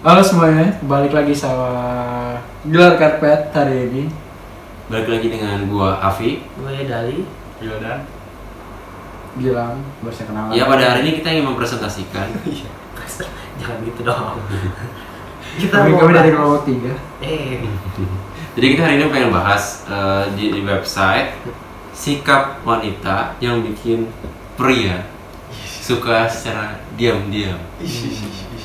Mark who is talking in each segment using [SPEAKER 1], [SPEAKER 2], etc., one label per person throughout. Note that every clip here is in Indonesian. [SPEAKER 1] Halo semuanya, balik lagi sama Gelar Karpet hari ini
[SPEAKER 2] Balik lagi dengan gua Afi.
[SPEAKER 3] Gue Dali.
[SPEAKER 4] Wildan
[SPEAKER 1] Gilang, bersama kenalan
[SPEAKER 4] Iya,
[SPEAKER 2] Ya pada hari ini kita ingin mempresentasikan
[SPEAKER 3] Jangan gitu dong. kita
[SPEAKER 1] Kami,
[SPEAKER 3] mau
[SPEAKER 1] kami dari kelompok
[SPEAKER 3] bahas-
[SPEAKER 1] 3
[SPEAKER 3] Eh,
[SPEAKER 2] Jadi kita hari ini pengen bahas eh, di, di website Sikap wanita yang bikin pria suka secara diam-diam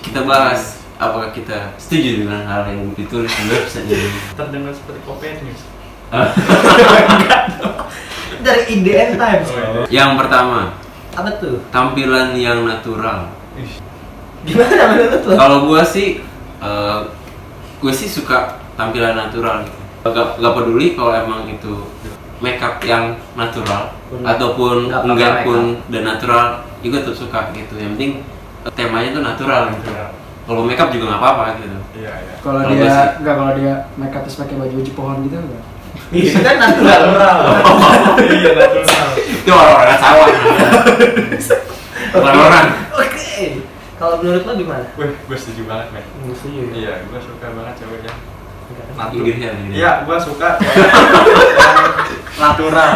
[SPEAKER 2] Kita bahas apakah kita setuju dengan hal yang ditulis di website ini
[SPEAKER 4] terdengar seperti Kopernikus.
[SPEAKER 3] dari IDN Times.
[SPEAKER 4] Oh,
[SPEAKER 2] Yang pertama,
[SPEAKER 3] Apa tuh?
[SPEAKER 2] tampilan yang natural
[SPEAKER 3] Gimana menurut lo?
[SPEAKER 2] Kalau gua sih, eh, gua sih suka tampilan natural gitu. Gak, gak peduli kalau emang itu makeup yang natural
[SPEAKER 3] Hmm.
[SPEAKER 2] ataupun
[SPEAKER 3] Nggak pakai
[SPEAKER 2] enggak pun dan natural, juga tetap suka gitu. Yang penting eh, temanya tuh natural gitu. Kalau makeup juga nggak apa-apa gitu.
[SPEAKER 4] Iya, iya.
[SPEAKER 1] Kalau dia,
[SPEAKER 2] Kalau gua sih-
[SPEAKER 1] enggak kalau dia make up terus pakai baju baju pohon gitu enggak
[SPEAKER 3] Itu kan natural.
[SPEAKER 4] Iya, natural.
[SPEAKER 2] Itu orang-orang sawah. Orang-orang.
[SPEAKER 3] Oke. Kalau menurut lo gimana? ya?
[SPEAKER 4] Wih, gue setuju banget, men.
[SPEAKER 3] Gue setuju.
[SPEAKER 4] Iya, gue suka banget cewek yang
[SPEAKER 2] Inggris
[SPEAKER 4] natural.
[SPEAKER 2] ya, Inggris.
[SPEAKER 4] Iya, gue suka cewek yang natural.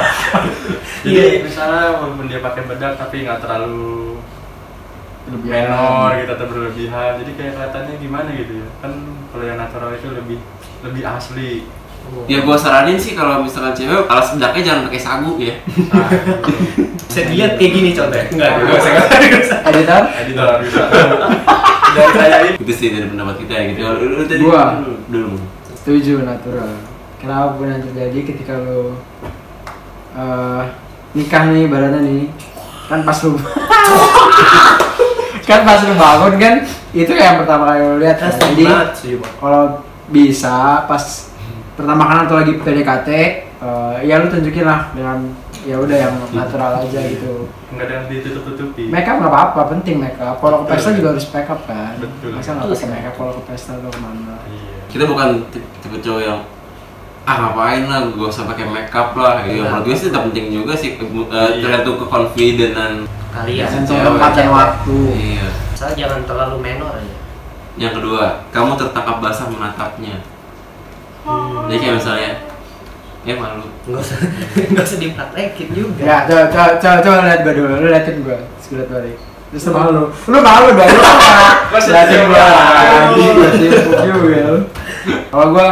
[SPEAKER 4] Jadi
[SPEAKER 3] Iya.
[SPEAKER 4] misalnya walaupun dia pakai bedak tapi nggak terlalu
[SPEAKER 1] Lebih
[SPEAKER 4] menor gitu atau berlebihan. Jadi kayak kelihatannya gimana gitu ya. Kan kalau yang natural itu lebih lebih asli.
[SPEAKER 2] Ya gua saranin sih kalau misalkan cewek alas bedaknya jangan pakai sagu ya.
[SPEAKER 4] Nah, gitu.
[SPEAKER 3] Bisa dilihat kayak gini contohnya.
[SPEAKER 4] Nggak, nggak usah,
[SPEAKER 1] Editor,
[SPEAKER 4] Editor bisa. Dari saya ini.
[SPEAKER 2] Itu sih dari pendapat kita ya gitu. Lu, lu tadi
[SPEAKER 1] Gua.
[SPEAKER 2] dulu. dulu.
[SPEAKER 1] setuju natural Kenapa pun yang terjadi ketika lo eh, Nikah nih, ibaratnya nih Kan pas lo Kan pas lo bangun kan Itu yang pertama kali lo lihat kan?
[SPEAKER 3] Setuju
[SPEAKER 1] Jadi,
[SPEAKER 3] banget, setuju banget.
[SPEAKER 1] kalau bisa pas pertama kan atau lagi PDKT eh, ya lu tunjukin lah dengan ya udah yang natural aja gitu
[SPEAKER 4] Nggak ada yang ditutup-tutupi.
[SPEAKER 1] make up nggak apa-apa penting make up kalau ke pesta
[SPEAKER 4] Betul.
[SPEAKER 1] juga harus make up kan
[SPEAKER 4] Betul.
[SPEAKER 1] masa nggak pakai make up kalau ke pesta atau kemana
[SPEAKER 4] Iya.
[SPEAKER 2] kita bukan ti- tipe cowok yang ah ngapain lah gue gak usah pakai makeup lah gitu.
[SPEAKER 3] Iya.
[SPEAKER 2] menurut gue sih tetap penting juga sih eh, bu- eh,
[SPEAKER 4] Iya.
[SPEAKER 2] tergantung ke confident
[SPEAKER 3] Kalian.
[SPEAKER 1] Tentu
[SPEAKER 2] cewek.
[SPEAKER 1] tempat dan waktu
[SPEAKER 2] iya
[SPEAKER 3] Asal jangan terlalu menor aja.
[SPEAKER 2] yang kedua kamu tertangkap basah menatapnya jadi kayak misalnya ya malu
[SPEAKER 3] Nggak usah, nggak usah dipraktekin juga.
[SPEAKER 1] ya coba coba coba, coba lihat gue dulu lu liatin gue terus gue liat balik terus lu malu lu malu dong lu apa
[SPEAKER 4] Masa
[SPEAKER 1] liatin
[SPEAKER 4] dia
[SPEAKER 1] gue
[SPEAKER 4] malu?
[SPEAKER 1] juga lu. kalau gue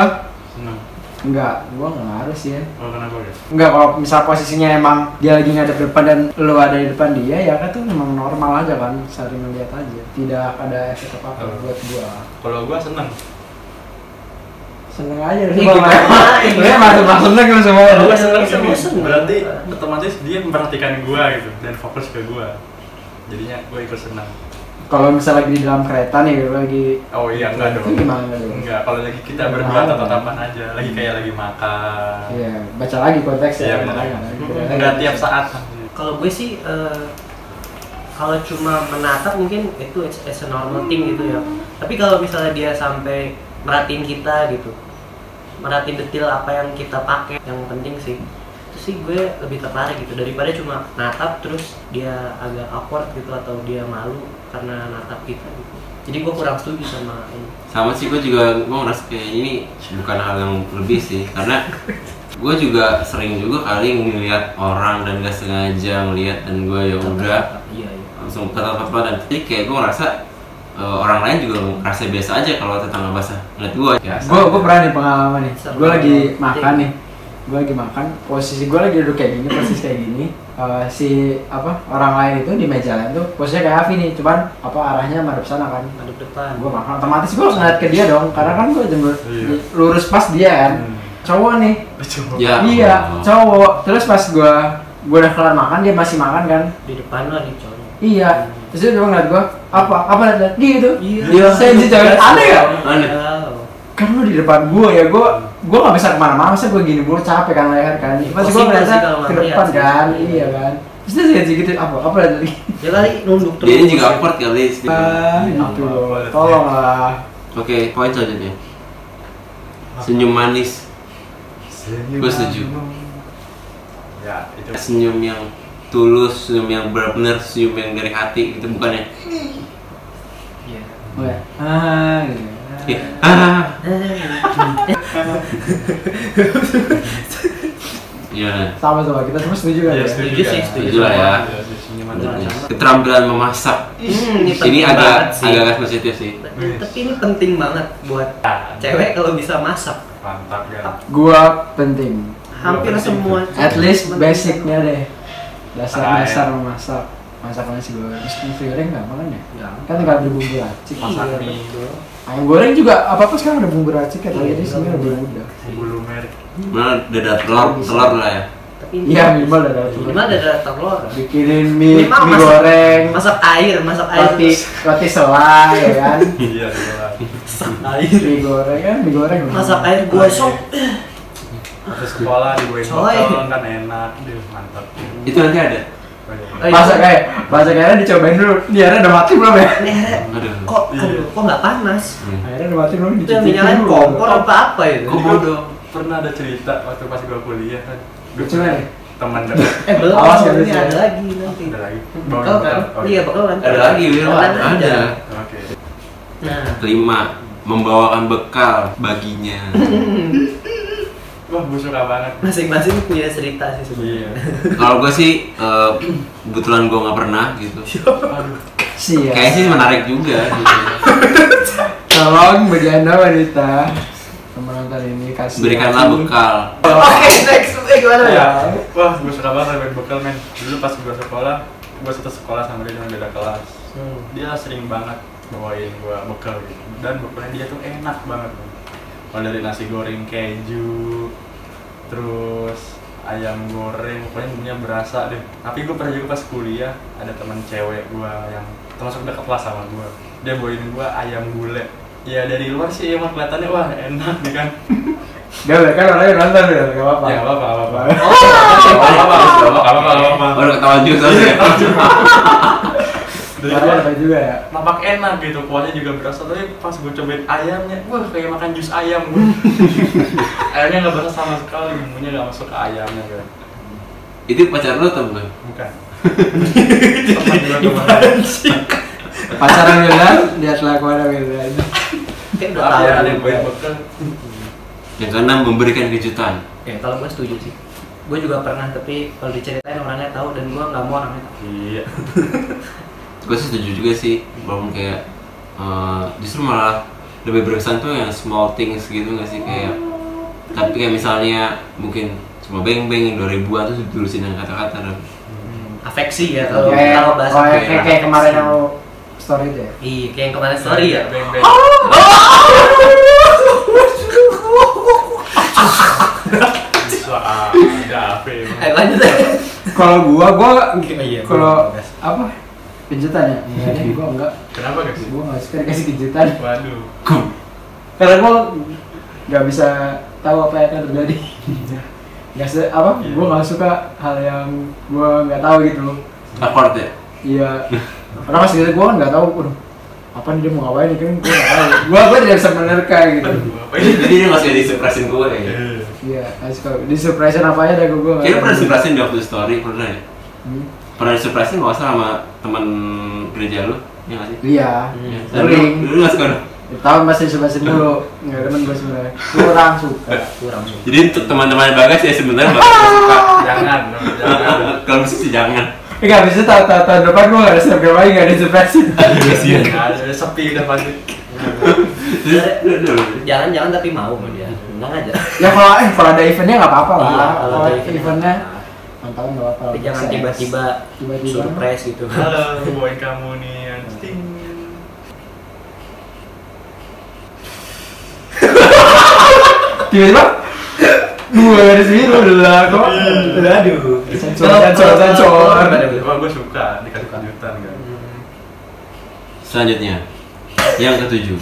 [SPEAKER 4] Seneng.
[SPEAKER 1] enggak gue nggak harus ya
[SPEAKER 4] Oh, kenapa guys?
[SPEAKER 1] Enggak, kalau misal posisinya emang dia lagi ngadep depan dan lo ada di depan dia, ya kan tuh memang normal aja kan, saling melihat aja. Tidak ada efek apa-apa
[SPEAKER 4] Hmm.
[SPEAKER 1] buat gua.
[SPEAKER 4] Kalau gua seneng.
[SPEAKER 1] Seneng aja sih
[SPEAKER 3] Ih,
[SPEAKER 1] gua.
[SPEAKER 3] gimana?
[SPEAKER 1] Gue masuk masuk seneng sama semua.
[SPEAKER 3] Kalau gua seneng sama seneng.
[SPEAKER 4] Berarti otomatis dia memperhatikan gua gitu dan fokus ke gua. Jadinya gua ikut senang.
[SPEAKER 1] Kalau misal lagi di dalam kereta nih, lu lagi
[SPEAKER 4] Oh iya enggak dong.
[SPEAKER 1] Itu gimana dong?
[SPEAKER 4] Enggak, kalau lagi kita
[SPEAKER 1] Nah.
[SPEAKER 4] berdua tatap-tatapan aja, lagi kayak lagi makan.
[SPEAKER 1] Iya, baca lagi konteksnya.
[SPEAKER 4] Iya, benar.
[SPEAKER 1] makanya.
[SPEAKER 4] Enggak tiap saat.
[SPEAKER 3] kalau gue sih eh, kalau cuma menatap mungkin itu it's, it's a normal thing gitu ya tapi kalau misalnya dia sampai merhatiin kita gitu merhatiin detail apa yang kita pakai yang penting sih itu sih gue lebih tertarik gitu daripada cuma natap terus dia agak awkward gitu atau dia malu karena natap kita gitu jadi gue kurang setuju sama ini
[SPEAKER 2] sama sih gue juga gue ngerasa kayak ini bukan hal yang lebih sih karena gue juga sering juga kali ngeliat orang dan gak sengaja ngeliat dan gue ya udah
[SPEAKER 3] iya iya
[SPEAKER 2] langsung ke tempat dan jadi kayak gue ngerasa eh, orang lain juga ngerasa biasa aja kalau tetangga basah ya. ngeliat gue biasa
[SPEAKER 1] Gue gue pernah nih pengalaman nih. Gue lagi makan nih. Gue lagi makan. Posisi gue lagi duduk kayak gini, posisi kayak gini. Eh, si apa orang lain itu di meja lain tuh posisinya kayak Afi nih, cuman apa arahnya madep sana kan.
[SPEAKER 3] Madep depan
[SPEAKER 1] Gue makan otomatis gue harus ngeliat ke dia dong, karena kan gue jemur
[SPEAKER 4] Iya.
[SPEAKER 1] di- lurus pas dia kan.
[SPEAKER 4] Hmm. Oh.
[SPEAKER 1] Cowok nih,
[SPEAKER 4] Coba.
[SPEAKER 2] Ya.
[SPEAKER 1] iya
[SPEAKER 2] Allah.
[SPEAKER 1] cowok. Terus pas gue gue udah kelar makan dia masih makan kan.
[SPEAKER 3] di depan lah nih cowoknya
[SPEAKER 1] Iya. Terus dia cuma ngeliat gue apa apa liat dia gitu.
[SPEAKER 3] Iya.
[SPEAKER 1] Saya jadi cewek aneh ya
[SPEAKER 2] Aneh.
[SPEAKER 3] Wow.
[SPEAKER 1] kan lu di depan gua ya gua gua nggak bisa kemana-mana masa gua gini mulu capek kan leher kan pasti gua
[SPEAKER 3] Pusing kan
[SPEAKER 1] ngeliatnya
[SPEAKER 3] sih kalau
[SPEAKER 1] ke
[SPEAKER 3] ngeliat
[SPEAKER 1] depan
[SPEAKER 3] sih.
[SPEAKER 1] kan iya kan terus dia lihat gitu apa apa lagi
[SPEAKER 3] dia lari nunduk terus
[SPEAKER 2] dia juga awkward kali sih
[SPEAKER 1] ah itu loh tolong lah
[SPEAKER 2] oke poin selanjutnya senyum manis Gua setuju.
[SPEAKER 4] Ya, itu.
[SPEAKER 2] senyum yang tulus senyum yang benar-benar senyum yang dari hati gitu bukan ya
[SPEAKER 3] Iya.
[SPEAKER 1] Gua, Oh, ah gitu
[SPEAKER 2] ah
[SPEAKER 3] Eh,
[SPEAKER 2] gimana
[SPEAKER 1] sama sama kita semua setuju
[SPEAKER 4] Iya,
[SPEAKER 1] kan ya?
[SPEAKER 3] setuju sih, setuju.
[SPEAKER 2] Setuju iya. lah ya. keterampilan memasak ini agak agak agak sensitif sih
[SPEAKER 3] tapi ini penting banget buat cewek kalau bisa masak
[SPEAKER 4] Mantap kan.
[SPEAKER 1] gua Iya, penting
[SPEAKER 3] hampir semua
[SPEAKER 1] at
[SPEAKER 3] cewek
[SPEAKER 1] least
[SPEAKER 3] penting.
[SPEAKER 1] basicnya deh
[SPEAKER 4] Ah,
[SPEAKER 1] dasar dasar memasak masak nasi goreng meskipun nasi goreng gampang kan ya
[SPEAKER 3] Gampang.
[SPEAKER 1] kan tinggal ada bumbu racik
[SPEAKER 4] Masak
[SPEAKER 3] Iya,
[SPEAKER 4] mie.
[SPEAKER 3] betul.
[SPEAKER 1] ayam goreng juga apa apa sekarang ada bumbu racik kan
[SPEAKER 3] Iya,
[SPEAKER 1] jadi sebenarnya
[SPEAKER 3] betul.
[SPEAKER 1] lebih mudah
[SPEAKER 4] Bulu merek.
[SPEAKER 2] mana dada telur telur lah ya
[SPEAKER 3] tapi ini
[SPEAKER 1] iya minimal ada telur.
[SPEAKER 3] minimal ada telur
[SPEAKER 1] bikinin mie,
[SPEAKER 3] Minimal
[SPEAKER 1] mie
[SPEAKER 3] masak-
[SPEAKER 1] goreng
[SPEAKER 3] masak air masak air
[SPEAKER 1] roti roti selai ya kan
[SPEAKER 4] Iya, iya.
[SPEAKER 3] masak air
[SPEAKER 1] mie goreng kan mie goreng
[SPEAKER 3] masak Iya. air eh, gosok
[SPEAKER 4] Terus kepala dibuain
[SPEAKER 3] Coy.
[SPEAKER 4] botol kan enak. Duh, mantap.
[SPEAKER 2] itu nanti ada
[SPEAKER 4] Banyak.
[SPEAKER 3] Eh,
[SPEAKER 1] masak kayak masak kayak dicobain dulu ini airnya udah mati belum ya
[SPEAKER 3] ini airnya
[SPEAKER 2] aduh
[SPEAKER 3] kok
[SPEAKER 4] Iya.
[SPEAKER 3] kok nggak panas
[SPEAKER 2] Hmm.
[SPEAKER 1] airnya udah mati belum
[SPEAKER 3] itu yang dinyalain
[SPEAKER 1] dulu.
[SPEAKER 3] kompor apa apa ya? itu
[SPEAKER 2] Kok bodoh?
[SPEAKER 4] Pernah ada cerita waktu pas gua kuliah kan. Gua
[SPEAKER 1] Lucu kan ya?
[SPEAKER 4] Teman dekat.
[SPEAKER 3] eh belum
[SPEAKER 1] Awas ya,
[SPEAKER 3] ini
[SPEAKER 1] Lucy.
[SPEAKER 3] ada lagi nanti
[SPEAKER 4] Ada lagi.
[SPEAKER 3] bakal kan
[SPEAKER 4] Oh,
[SPEAKER 3] iya bakal kan
[SPEAKER 2] ada lagi Wirwan ada
[SPEAKER 4] Oke.
[SPEAKER 3] nah
[SPEAKER 2] kelima membawakan bekal baginya
[SPEAKER 4] Wah, gua suka banget.
[SPEAKER 3] masing-masing punya cerita sih sebenarnya
[SPEAKER 4] Iya.
[SPEAKER 2] kalau gue sih eh, kebetulan gue nggak pernah gitu
[SPEAKER 4] Aduh.
[SPEAKER 1] Sia.
[SPEAKER 2] kayaknya sih menarik juga gitu.
[SPEAKER 1] Tolong bagi anda wanita yang menonton ini kasih.
[SPEAKER 2] berikanlah bekal
[SPEAKER 3] oke next eh gimana ya
[SPEAKER 4] Ya, wah gue suka banget main bekal men Dulu pas gue sekolah, gue satu sekolah sama dia cuma beda kelas
[SPEAKER 3] Hmm.
[SPEAKER 4] Dia sering banget bawain gue bekal gitu Dan bekalnya dia tuh enak banget men. Mulai dari nasi goreng keju Terus ayam goreng, pokoknya bumbunya berasa deh Tapi gue pernah juga pas kuliah, ada teman cewek gue yang termasuk dekat kelas sama gue Dia bawain gue ayam gulai Ya dari luar sih emang kelihatannya wah enak nih kan
[SPEAKER 1] Gak boleh kan orangnya nonton udah gak apa-apa.
[SPEAKER 4] Ya apa-apa, nggak apa-apa
[SPEAKER 2] oh,
[SPEAKER 4] apa-apa, nggak apa-apa, nggak apa-apa.
[SPEAKER 2] udah ketahuan juga soalnya.
[SPEAKER 4] Dari
[SPEAKER 1] Karena
[SPEAKER 4] luar
[SPEAKER 1] apa juga ya.
[SPEAKER 4] nampak enak gitu kuahnya juga berasa tapi pas gue cobain ayamnya wah kayak makan jus ayam gue ayamnya nggak berasa sama sekali bumbunya nggak masuk ke ayamnya gue
[SPEAKER 2] itu pacar lo atau belum
[SPEAKER 4] bukan teman gue teman
[SPEAKER 1] Pacaran Wildan, lihat kelakuan Wildan.
[SPEAKER 3] kayak udah
[SPEAKER 4] tapi
[SPEAKER 3] tahu
[SPEAKER 4] ada yang baik bekal
[SPEAKER 2] yang keenam memberikan kejutan
[SPEAKER 3] ya kalau gue setuju sih gue juga pernah tapi kalau diceritain orangnya tahu dan gue nggak mau orangnya tahu
[SPEAKER 4] iya
[SPEAKER 2] gue sih setuju juga sih walaupun kayak eh, justru malah lebih berkesan tuh yang small things gitu nggak sih kayak tapi kayak misalnya mungkin cuma beng-beng dua ribuan tuh ditulisin dengan kata-kata dan
[SPEAKER 3] afeksi ya kalau
[SPEAKER 1] Kayak
[SPEAKER 3] kalau bahasa
[SPEAKER 1] oh, ya,
[SPEAKER 2] gue
[SPEAKER 1] kayak
[SPEAKER 2] ya.
[SPEAKER 1] kayak kemarin yang lo story itu ya.
[SPEAKER 3] iya kayak yang kemarin story ya
[SPEAKER 4] beng beng bisa ada apa emang.
[SPEAKER 3] ayo Eh, lanjut
[SPEAKER 1] Kalau gua, gua
[SPEAKER 4] Ya,
[SPEAKER 3] Iya, gua
[SPEAKER 1] kalau
[SPEAKER 3] nggak suka.
[SPEAKER 1] apa? Kejutan ya? Iya deh, gua enggak.
[SPEAKER 4] kenapa gak sih
[SPEAKER 1] Gua enggak suka dikasih kejutan.
[SPEAKER 4] waduh
[SPEAKER 1] Karena gua enggak bisa tahu apa yang akan terjadi. Gak se apa?
[SPEAKER 4] Iya.
[SPEAKER 1] Gua enggak suka hal yang gua enggak tahu gitu loh.
[SPEAKER 2] raport ya
[SPEAKER 1] Iya. Karena pas gitu gue kan nggak tahu, waduh, apa nih dia mau ngapain nih kan gue nggak tahu. Gue gue tidak bisa menerka gitu.
[SPEAKER 4] aduh apa
[SPEAKER 2] Oh,
[SPEAKER 4] ini
[SPEAKER 2] iya, jadi dia masih disupresin gue ya
[SPEAKER 4] Eh,
[SPEAKER 1] Iya, harus kalau di surprise apa aja dah gue gue.
[SPEAKER 2] kira pernah disupresin di waktu story pernah ya
[SPEAKER 1] Hmm.
[SPEAKER 2] pernah disupresin nggak usah sama teman gereja lu ya nggak sih
[SPEAKER 1] Iya.
[SPEAKER 2] Ya. Dan lu
[SPEAKER 1] Sering.
[SPEAKER 2] lu nggak suka dong?
[SPEAKER 1] Tahu masih surprise dulu, nggak demen gue sebenarnya. Kurang suka.
[SPEAKER 3] kurang suka
[SPEAKER 2] jadi untuk teman-teman bagas ya sebenarnya bagas suka
[SPEAKER 4] jangan jangan
[SPEAKER 2] kalau bisa sih jangan
[SPEAKER 1] Eh nggak bisa tahu tahu tahun depan gue nggak ada surprise lagi nggak ada surprise.
[SPEAKER 4] Iya,
[SPEAKER 2] kasihan
[SPEAKER 4] ada sepi udah pasti
[SPEAKER 3] jangan-jangan tapi mau sama dia tenang aja
[SPEAKER 1] ya kalau eh kalau ada eventnya nggak apa-apa lah.
[SPEAKER 3] Iya,
[SPEAKER 1] Kalau
[SPEAKER 3] ada eventnya.
[SPEAKER 1] Oh, eventnya mantap nggak apa-apa.
[SPEAKER 3] tapi jangan
[SPEAKER 1] Bisa.
[SPEAKER 3] tiba-tiba
[SPEAKER 1] Tiba-tiba.
[SPEAKER 3] surprise gitu
[SPEAKER 4] halo bawain kamu nih anjing
[SPEAKER 1] Tiba-tiba. Dua garis biru udah kok. Iya.
[SPEAKER 3] aduh
[SPEAKER 1] Sensor, sensor, sensor.
[SPEAKER 4] Wah, gue oh, suka dikasih kejutan kan.
[SPEAKER 2] selanjutnya yang ketujuh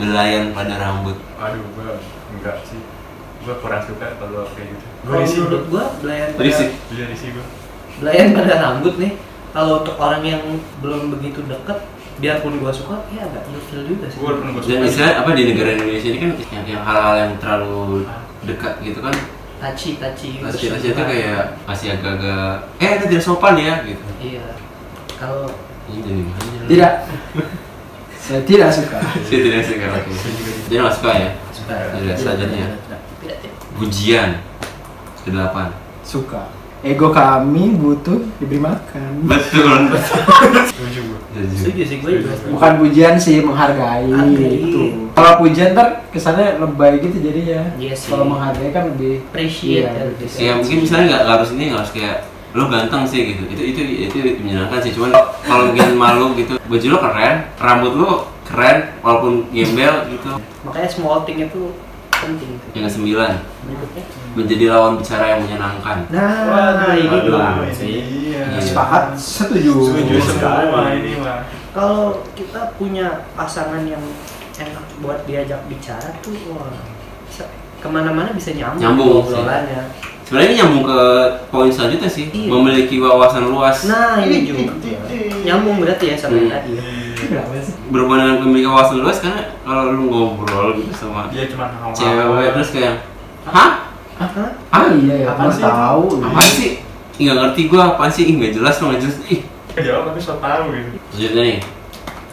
[SPEAKER 2] belayan pada rambut
[SPEAKER 4] Aduh, gue enggak sih. Gue kurang suka kalau kayak gitu. Gue
[SPEAKER 3] kalau
[SPEAKER 4] risih,
[SPEAKER 3] menurut gua belayan pada,
[SPEAKER 2] Risih.
[SPEAKER 4] Iya risih gue.
[SPEAKER 3] belayan pada rambut nih kalau untuk orang yang belum begitu deket biarpun gua suka ya agak ilfil juga sih
[SPEAKER 4] Gue walaupun gue
[SPEAKER 2] dan
[SPEAKER 4] suka.
[SPEAKER 2] istilah apa di negara Indonesia ini kan yang, yang hal-hal yang terlalu dekat gitu kan
[SPEAKER 3] taci taci
[SPEAKER 2] Asia-Asia itu kayak masih agak-agak eh itu tidak sopan ya gitu
[SPEAKER 3] iya kalau
[SPEAKER 2] Ini dari mana?
[SPEAKER 1] Tidak. saya tidak suka
[SPEAKER 2] Saya tidak suka laki. Jadi nggak suka ya? Sudah, selanjutnya. Bujian. Kedelapan.
[SPEAKER 1] suka ego kami butuh diberi makan
[SPEAKER 2] Betul.
[SPEAKER 4] setuju gue
[SPEAKER 2] Setuju.
[SPEAKER 3] Setuju sih gue juga. setuju.
[SPEAKER 1] bukan pujian sih menghargai
[SPEAKER 3] Hargai.
[SPEAKER 1] itu kalau pujian ntar kesannya lebay gitu jadi ya
[SPEAKER 3] Iya sih.
[SPEAKER 1] kalau menghargai kan lebih
[SPEAKER 3] Appreciate
[SPEAKER 1] Iya,
[SPEAKER 3] dan
[SPEAKER 2] Ya mungkin misalnya nggak nggak harus ini nggak harus kayak lo ganteng sih gitu itu itu itu menyenangkan sih cuman kalau mungkin malu gitu baju lo keren rambut lo keren walaupun gembel gitu
[SPEAKER 3] Makanya small thing itu penting.
[SPEAKER 2] yang kesembilan
[SPEAKER 3] Berikutnya.
[SPEAKER 2] menjadi lawan bicara yang menyenangkan
[SPEAKER 1] nah
[SPEAKER 3] Waduh.
[SPEAKER 1] ini
[SPEAKER 2] Waduh.
[SPEAKER 4] iya
[SPEAKER 2] Iya.
[SPEAKER 1] sepakat setuju
[SPEAKER 4] setuju semua
[SPEAKER 3] Setuju.
[SPEAKER 4] ini mah
[SPEAKER 3] Kalau kita punya pasangan yang enak buat diajak bicara tuh, wah, bisa- kemana-mana bisa nyambung.
[SPEAKER 2] Nyambung sih.
[SPEAKER 3] obrolannya.
[SPEAKER 2] sebenarnya ini nyambung ke poin selanjutnya sih
[SPEAKER 3] Iya.
[SPEAKER 2] memiliki wawasan luas
[SPEAKER 3] Nah ini juga nyambung berarti ya sama yang
[SPEAKER 2] Hmm.
[SPEAKER 3] tadi. ya.
[SPEAKER 1] Kenapa sih?
[SPEAKER 2] berhubungan dengan pemilik wawasan luas karena kalau lu ngobrol gitu sama
[SPEAKER 4] dia cuma hawa-hawa.
[SPEAKER 2] cewek terus kayak hah
[SPEAKER 3] Hah?
[SPEAKER 1] Ah iya ya,
[SPEAKER 4] Apaan
[SPEAKER 1] apa
[SPEAKER 4] sih?
[SPEAKER 1] tahu? Iya.
[SPEAKER 2] apa sih Ih, nggak ngerti gua apaan sih Ih, nggak jelas lo nggak jelas ih
[SPEAKER 4] jawab tapi so tahu gitu
[SPEAKER 2] selanjutnya nih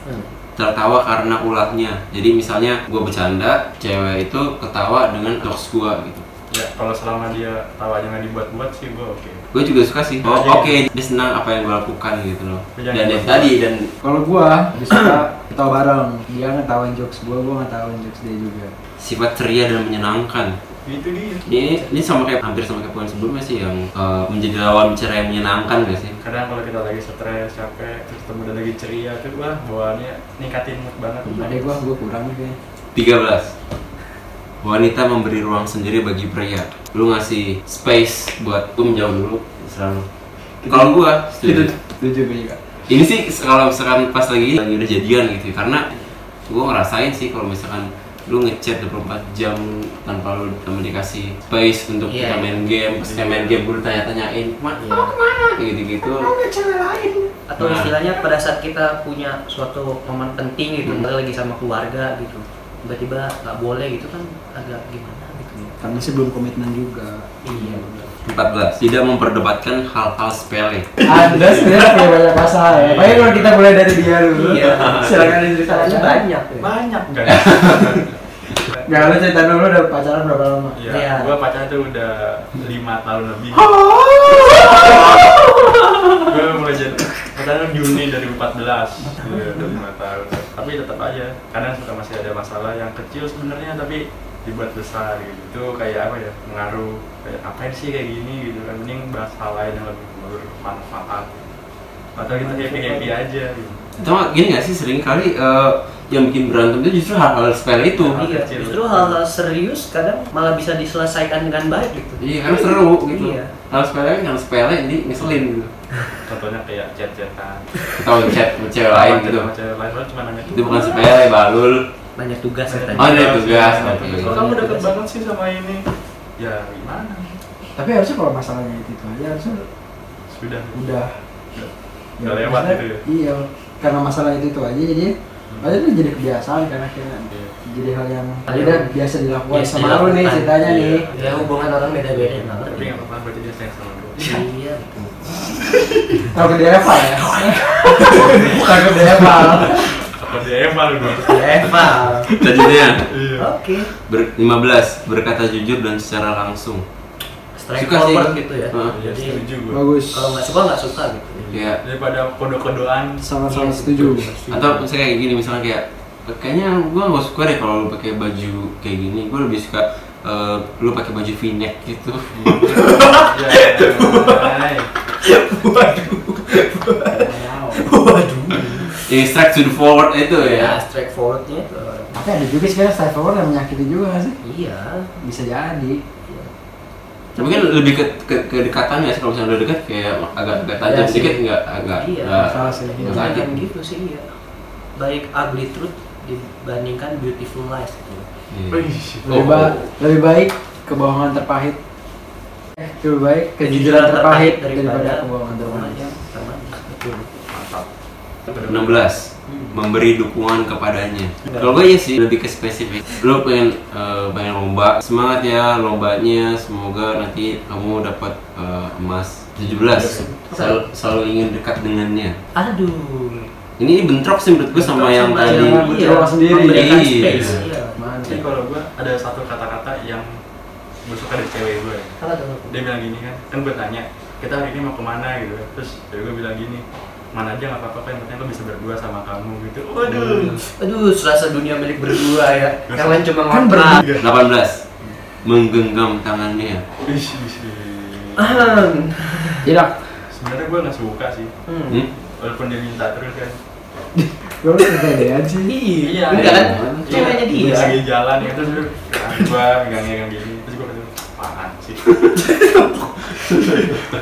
[SPEAKER 3] Hmm.
[SPEAKER 2] tertawa karena ulahnya jadi misalnya gua bercanda cewek itu ketawa dengan jokes gua gitu
[SPEAKER 4] ya kalau selama dia tawanya nggak dibuat-buat sih gue oke
[SPEAKER 2] gue juga suka sih oh,
[SPEAKER 4] Iya.
[SPEAKER 2] oke dia senang apa yang gue lakukan gitu loh dan
[SPEAKER 4] Jangan
[SPEAKER 2] yang
[SPEAKER 4] dibuat.
[SPEAKER 2] tadi dan
[SPEAKER 1] Kalau gua lebih suka ketawa bareng. Dia ngetawain jokes gua, gua ngetawain jokes dia juga.
[SPEAKER 2] sifat ceria dan menyenangkan
[SPEAKER 4] itu dia
[SPEAKER 2] ini ini sama kayak hampir sama kayak poin sebelumnya sih yang eh, menjadi lawan bicara yang menyenangkan gak sih
[SPEAKER 4] kadang kalau kita lagi stres capek terus ketemu dan lagi ceria tuh wah bawaannya ningkatin mood banget
[SPEAKER 1] Tapi gua gua kurang nih kayaknya.
[SPEAKER 2] 13 wanita memberi ruang sendiri bagi pria lu ngasih space buat gue menjauh dulu selalu kalau gue
[SPEAKER 1] Itu
[SPEAKER 3] Gitu.
[SPEAKER 2] setuju
[SPEAKER 1] setuju gua juga.
[SPEAKER 2] ini sih kalau misalkan pas lagi lagi udah jadian gitu karena gue ngerasain sih kalau misalkan lu ngechat 24 jam tanpa lu sama dikasih space untuk
[SPEAKER 3] Iya,
[SPEAKER 2] kita
[SPEAKER 3] iya.
[SPEAKER 2] main game pas kita main game gue tanya-tanyain "Ma,
[SPEAKER 3] Iya.
[SPEAKER 2] kamu kemana gitu gitu
[SPEAKER 3] Atau
[SPEAKER 2] Nah.
[SPEAKER 3] istilahnya pada saat kita punya suatu momen penting gitu,
[SPEAKER 2] Hmm.
[SPEAKER 3] kita lagi sama keluarga gitu, tiba-tiba nggak boleh gitu kan agak gimana gitu.
[SPEAKER 1] Karena sih belum komitmen juga.
[SPEAKER 3] Iya.
[SPEAKER 2] 14 tidak memperdebatkan hal-hal sepele
[SPEAKER 1] Anda sebenarnya punya banyak masalah ya. Tapi kalau kita mulai dari dia dulu.
[SPEAKER 3] Iya.
[SPEAKER 1] Silakan
[SPEAKER 3] Caranya
[SPEAKER 1] diceritakan.
[SPEAKER 3] banyak. ya.
[SPEAKER 4] banyak gak
[SPEAKER 1] Gak lu cerita dulu udah pacaran berapa lama?
[SPEAKER 3] Iya.
[SPEAKER 4] Iya, gue pacaran tuh udah lima tahun lebih. gue mulai jadi pacaran Juni 2014, Iya, udah lima tahun. Tapi tetap aja, kadang suka masih ada masalah yang kecil sebenarnya tapi dibuat besar gitu. Itu kayak apa ya? Pengaruh kayak apain sih kayak gini gitu kan? Mending bahas hal lain yang lebih bermanfaat. Atau kita happy happy aja. Gitu.
[SPEAKER 2] Cuma gini gak sih sering kali eh, yang bikin berantem itu justru hal-hal sepele itu
[SPEAKER 4] Hal
[SPEAKER 3] Iya,
[SPEAKER 4] kecil.
[SPEAKER 3] justru hal-hal serius kadang malah bisa diselesaikan dengan baik gitu.
[SPEAKER 2] Iya karena seru gitu
[SPEAKER 3] Iya.
[SPEAKER 2] Hal sepele yang sepele ini ngeselin gitu
[SPEAKER 4] Contohnya kayak chat-chatan.
[SPEAKER 2] Kita ngechat sama cewek lain gitu
[SPEAKER 4] Sama cewek lain cuma nanya
[SPEAKER 2] Itu bukan sepele, balul
[SPEAKER 3] Banyak tugas ya katanya.
[SPEAKER 2] Oh, ada tugas,
[SPEAKER 4] Ada
[SPEAKER 2] oke.
[SPEAKER 4] tugas. Kok kamu deket banget sih sama ini? Ya gimana?
[SPEAKER 1] Tapi harusnya kalau masalahnya itu, itu aja harusnya
[SPEAKER 4] Sudah.
[SPEAKER 1] udah
[SPEAKER 4] Udah lewat
[SPEAKER 1] maksudnya,
[SPEAKER 4] gitu ya? Hmm.
[SPEAKER 1] Iya. Karena masalah itu itu aja jadi aja tuh jadi kebiasaan karena akhirnya
[SPEAKER 4] Iya.
[SPEAKER 1] jadi hal yang
[SPEAKER 3] Hal yang
[SPEAKER 1] udah biasa dilakukan
[SPEAKER 3] biasa
[SPEAKER 1] sama lu nih
[SPEAKER 3] Iya, dilakukan.
[SPEAKER 1] ceritanya
[SPEAKER 4] Iya.
[SPEAKER 1] nih.
[SPEAKER 3] Ya hubungan orang
[SPEAKER 2] Iya.
[SPEAKER 3] beda-beda nggak
[SPEAKER 4] Tapi
[SPEAKER 3] ngerti.
[SPEAKER 4] nggak apa-apa berarti dia sayang sama gue.
[SPEAKER 3] Iya.
[SPEAKER 1] Tahu ke Deva ya? Tahu ke Deva.
[SPEAKER 4] Apa dia emang gue?
[SPEAKER 3] Eva.
[SPEAKER 2] Selanjutnya
[SPEAKER 4] Iya.
[SPEAKER 3] Oke.
[SPEAKER 2] ya, Ber 15 berkata jujur dan secara langsung.
[SPEAKER 3] Strike
[SPEAKER 2] Suka sih.
[SPEAKER 3] forward gitu ya.
[SPEAKER 2] Heeh.
[SPEAKER 4] Iya
[SPEAKER 3] Jadi
[SPEAKER 4] setuju gue.
[SPEAKER 1] Bagus.
[SPEAKER 3] kalau nggak suka nggak suka gitu.
[SPEAKER 2] Iya.
[SPEAKER 4] Daripada Iya, kode-kodean.
[SPEAKER 1] Sama-sama setuju.
[SPEAKER 2] Atau misalnya kayak gini misalnya kayak kayaknya gua nggak suka deh kalau lu pakai baju kayak gini. Gua lebih suka eh, lu pakai baju v-neck gitu.
[SPEAKER 4] Iya. Hai.
[SPEAKER 1] ya,
[SPEAKER 2] Yang strike to the forward itu
[SPEAKER 3] Ya,
[SPEAKER 2] ya.
[SPEAKER 3] strike forwardnya itu orang.
[SPEAKER 1] Tapi ada juga sih sekarang style forward yang menyakiti juga nggak sih?
[SPEAKER 3] eh, Iya.
[SPEAKER 1] Bisa jadi.
[SPEAKER 3] Iya.
[SPEAKER 2] Mungkin lebih ke, ke kedekatan ya sih, kalau misalnya udah dekat kayak agak agak tajam
[SPEAKER 1] Iya sih.
[SPEAKER 2] sedikit nggak agak
[SPEAKER 3] Iya,
[SPEAKER 2] nggak-
[SPEAKER 1] salah sih.
[SPEAKER 2] nggak
[SPEAKER 1] Iya.
[SPEAKER 2] sakit.
[SPEAKER 3] Jangan gitu sih ya. Baik ugly truth dibandingkan beautiful lies gitu.
[SPEAKER 2] Iya.
[SPEAKER 1] Lebih,
[SPEAKER 2] Oh.
[SPEAKER 1] ba- lebih baik kebohongan terpahit. Eh, lebih baik kejujuran terpahit daripada kebohongan terpahit.
[SPEAKER 3] yang termanis. Betul.
[SPEAKER 4] Mantap.
[SPEAKER 2] 16
[SPEAKER 1] Hmm.
[SPEAKER 2] memberi dukungan kepadanya. Kalau gue iya sih lebih ke spesifik. Lo pengen eh, pengen lomba, semangat ya lombanya. Semoga nanti kamu dapat eh, emas. 17 selalu, selalu ingin dekat dengannya.
[SPEAKER 3] Aduh.
[SPEAKER 2] ini bentrok sih menurut gue sama
[SPEAKER 3] Bentrok
[SPEAKER 2] yang
[SPEAKER 3] sama
[SPEAKER 2] tadi
[SPEAKER 1] yang- Kecewa sendiri. ya kan?
[SPEAKER 3] memberikan
[SPEAKER 2] Iya.
[SPEAKER 3] space iya.
[SPEAKER 4] Tapi
[SPEAKER 1] Mantap.
[SPEAKER 4] kalau gue ada satu kata-kata yang gue suka dari cewek ya. gue.
[SPEAKER 3] apa tuh
[SPEAKER 4] Dia bilang gini kan, kan gue tanya, kita hari ini mau kemana gitu kan. Terus cewek gue bilang gini, mana aja nggak apa-apa yang penting lo bisa berdua sama kamu gitu. Waduh.
[SPEAKER 3] aduh serasa dunia milik berdua ya yang lain cuma
[SPEAKER 1] Kan
[SPEAKER 3] ngontrak
[SPEAKER 2] 18 menggenggam tangannya
[SPEAKER 4] Ih, ih, ih.
[SPEAKER 3] Ahem.
[SPEAKER 1] Tidak.
[SPEAKER 4] Sebenarnya gue nggak suka sih,
[SPEAKER 3] Hmm.
[SPEAKER 2] hmm?
[SPEAKER 4] walaupun dia minta terus kan.
[SPEAKER 1] Gue lu kegedean sih.
[SPEAKER 2] Iya.
[SPEAKER 3] Iya, enggak kan?
[SPEAKER 2] Iya.
[SPEAKER 3] Ceweknya
[SPEAKER 4] Gue
[SPEAKER 3] dia.
[SPEAKER 4] lagi jalan ya terus gue megang-megang gini, terus gue kata, apaan sih?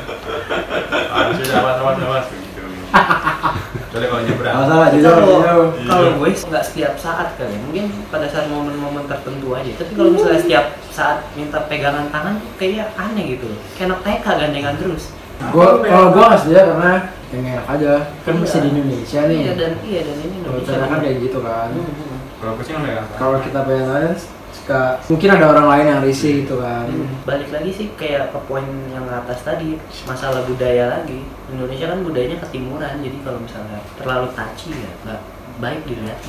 [SPEAKER 4] Apaan sih, awas, awas, awas gitu. Kecuali kalau nyebrang.
[SPEAKER 1] Nggak
[SPEAKER 3] Iya.
[SPEAKER 1] salah, jujur,
[SPEAKER 3] Kalau
[SPEAKER 1] jujur.
[SPEAKER 3] kalau gue nggak setiap saat kali, mungkin pada saat momen-momen tertentu aja. Tapi kalau misalnya
[SPEAKER 1] Hmm.
[SPEAKER 3] setiap saat minta pegangan tangan, tuh kayaknya aneh gitu. Kayak anak TK gandengan terus.
[SPEAKER 1] Gue kalau gue nggak setuju karena yang enak aja. Kan masih di Indonesia nih.
[SPEAKER 3] Iya dan iya dan ini
[SPEAKER 1] Kalau China kan kayak gitu kan.
[SPEAKER 3] Hmm, hmm.
[SPEAKER 4] Kalau ya? gue sih nggak megang tangan.
[SPEAKER 1] Kalau kita bayangin suka mungkin ada orang lain yang risih gitu kan.
[SPEAKER 3] Hmm. balik lagi sih kayak ke poin yang atas tadi masalah budaya lagi Indonesia kan budayanya ketimuran jadi kalau misalnya terlalu touchy ya nggak baik dilihat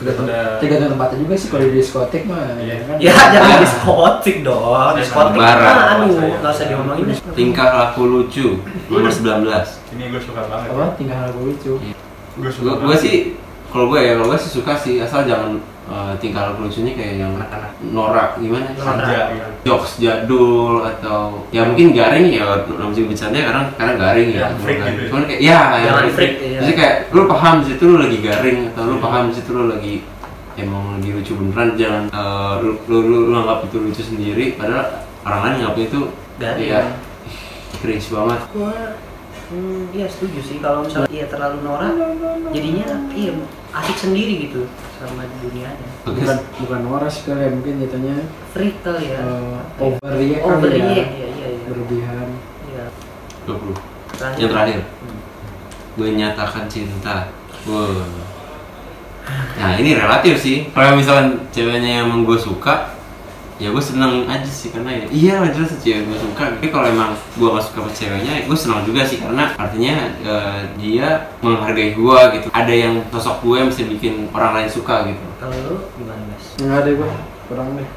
[SPEAKER 1] Tergantung-
[SPEAKER 4] Ada-
[SPEAKER 1] Tergantung tempatnya juga sih kalau di diskotik mah.
[SPEAKER 4] Iya.
[SPEAKER 1] kan.
[SPEAKER 3] ya jangan diskotik dong diskotik
[SPEAKER 2] Barang.
[SPEAKER 3] mah aduh nggak usah diomongin deh.
[SPEAKER 2] tingkah laku lucu nomor 19
[SPEAKER 4] Ini gue suka banget. ya.
[SPEAKER 1] Apa? Tinggal lagu lucu.
[SPEAKER 3] Iya.
[SPEAKER 4] Gue suka.
[SPEAKER 2] gue gue sih kalau gue ya kalau gue sih suka sih asal jangan eh, tingkah laku lucunya kayak yang
[SPEAKER 4] anak-anak
[SPEAKER 2] norak gimana sih?
[SPEAKER 3] Norak.
[SPEAKER 4] kerja gitu.
[SPEAKER 2] jokes jadul atau ya mungkin garing ya namanya bercanda karena karena garing ya,
[SPEAKER 4] Ya, freak
[SPEAKER 2] Cuman-
[SPEAKER 4] gitu ya.
[SPEAKER 2] cuman kayak ya ya,
[SPEAKER 3] Jangan freak, iya.
[SPEAKER 2] Maksudnya kayak lu paham di situ lu lagi garing atau lu
[SPEAKER 4] Iya.
[SPEAKER 2] paham di situ lu lagi emang lagi lucu beneran jangan eh, lu, lu, lu, lu anggap itu lucu sendiri padahal orang lain nganggapnya itu
[SPEAKER 3] Garing.
[SPEAKER 2] ya cringe banget
[SPEAKER 3] gue hmm, iya setuju sih kalau misalnya iya terlalu norak jadinya iya asik sendiri gitu sama dunianya
[SPEAKER 1] Bukan bukan waras kali ya, mungkin jatuhnya
[SPEAKER 3] freak kali ya
[SPEAKER 1] eh, overreact kali
[SPEAKER 3] overreact
[SPEAKER 1] ya.
[SPEAKER 3] iya iya iya
[SPEAKER 1] Berlebihan.
[SPEAKER 3] Iya.
[SPEAKER 2] 20
[SPEAKER 3] Terakhir.
[SPEAKER 2] yang terakhir
[SPEAKER 3] Hmm.
[SPEAKER 2] menyatakan cinta wow. nah ini relatif sih kalau misalkan ceweknya yang emang gue suka ya gue seneng aja sih karena ya iya lah jelas cewek gue suka tapi kalau emang gue gak suka sama ceweknya gue seneng juga sih karena artinya eh, dia menghargai gue gitu ada yang sosok gue yang bisa bikin orang lain suka gitu
[SPEAKER 3] kalau lu gimana guys
[SPEAKER 1] Enggak ada gue kurang deh.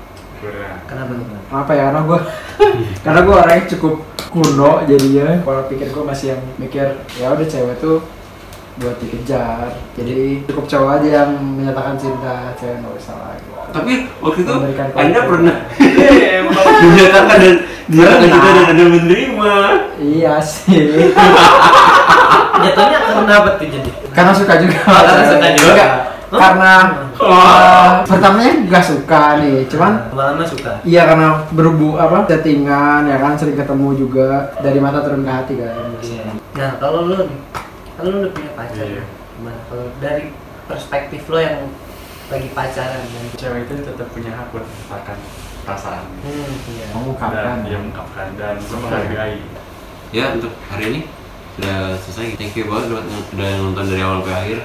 [SPEAKER 4] Kurang.
[SPEAKER 3] kenapa lu Bang?
[SPEAKER 1] apa ya karena gue
[SPEAKER 3] Iya.
[SPEAKER 1] karena gue orangnya cukup kuno jadinya kalau pikir gue masih yang mikir ya udah cewek tuh buat dikejar jadi
[SPEAKER 3] Iya.
[SPEAKER 1] cukup cowok aja yang menyatakan cinta cewek nggak usah lah gitu.
[SPEAKER 2] tapi waktu itu
[SPEAKER 1] Memberikan
[SPEAKER 2] anda
[SPEAKER 1] konten.
[SPEAKER 2] pernah Iya, menyatakan dan dia kita dan anda menerima
[SPEAKER 1] iya sih
[SPEAKER 3] Jatuhnya karena apa tuh jadi?
[SPEAKER 1] karena suka juga
[SPEAKER 3] Karena suka juga. Oh.
[SPEAKER 1] Enggak,
[SPEAKER 3] Hah?
[SPEAKER 1] karena eh, pertamanya nggak suka nih cuman
[SPEAKER 3] lama-lama Nah, suka.
[SPEAKER 1] Iya karena berhubung apa chattingan ya kan sering ketemu juga dari mata turun ke hati kan.
[SPEAKER 3] Nah kalau lu, nih, kalau lu udah punya pacar,
[SPEAKER 4] Iya.
[SPEAKER 3] gimana? Kalau dari perspektif lo yang lagi pacaran kan? dan
[SPEAKER 4] Cewek itu tetap punya hak buat mengatakan perasaan
[SPEAKER 3] hmm, iya.
[SPEAKER 4] dan
[SPEAKER 1] Mengungkapkan.
[SPEAKER 4] dia mengungkapkan dan gue menghargai.
[SPEAKER 2] ya untuk hari ini sudah selesai thank you banget buat yang udah nonton dari awal ke akhir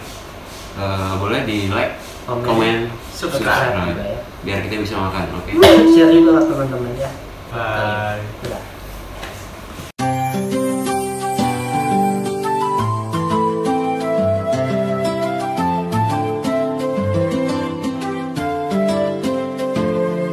[SPEAKER 2] Eh, boleh di like
[SPEAKER 3] Komen.
[SPEAKER 2] komen
[SPEAKER 3] Subscribe
[SPEAKER 2] subscribe
[SPEAKER 3] juga ya.
[SPEAKER 2] biar kita bisa makan oke
[SPEAKER 3] Share juga ke teman-teman ya.
[SPEAKER 4] Bye.
[SPEAKER 3] Bye.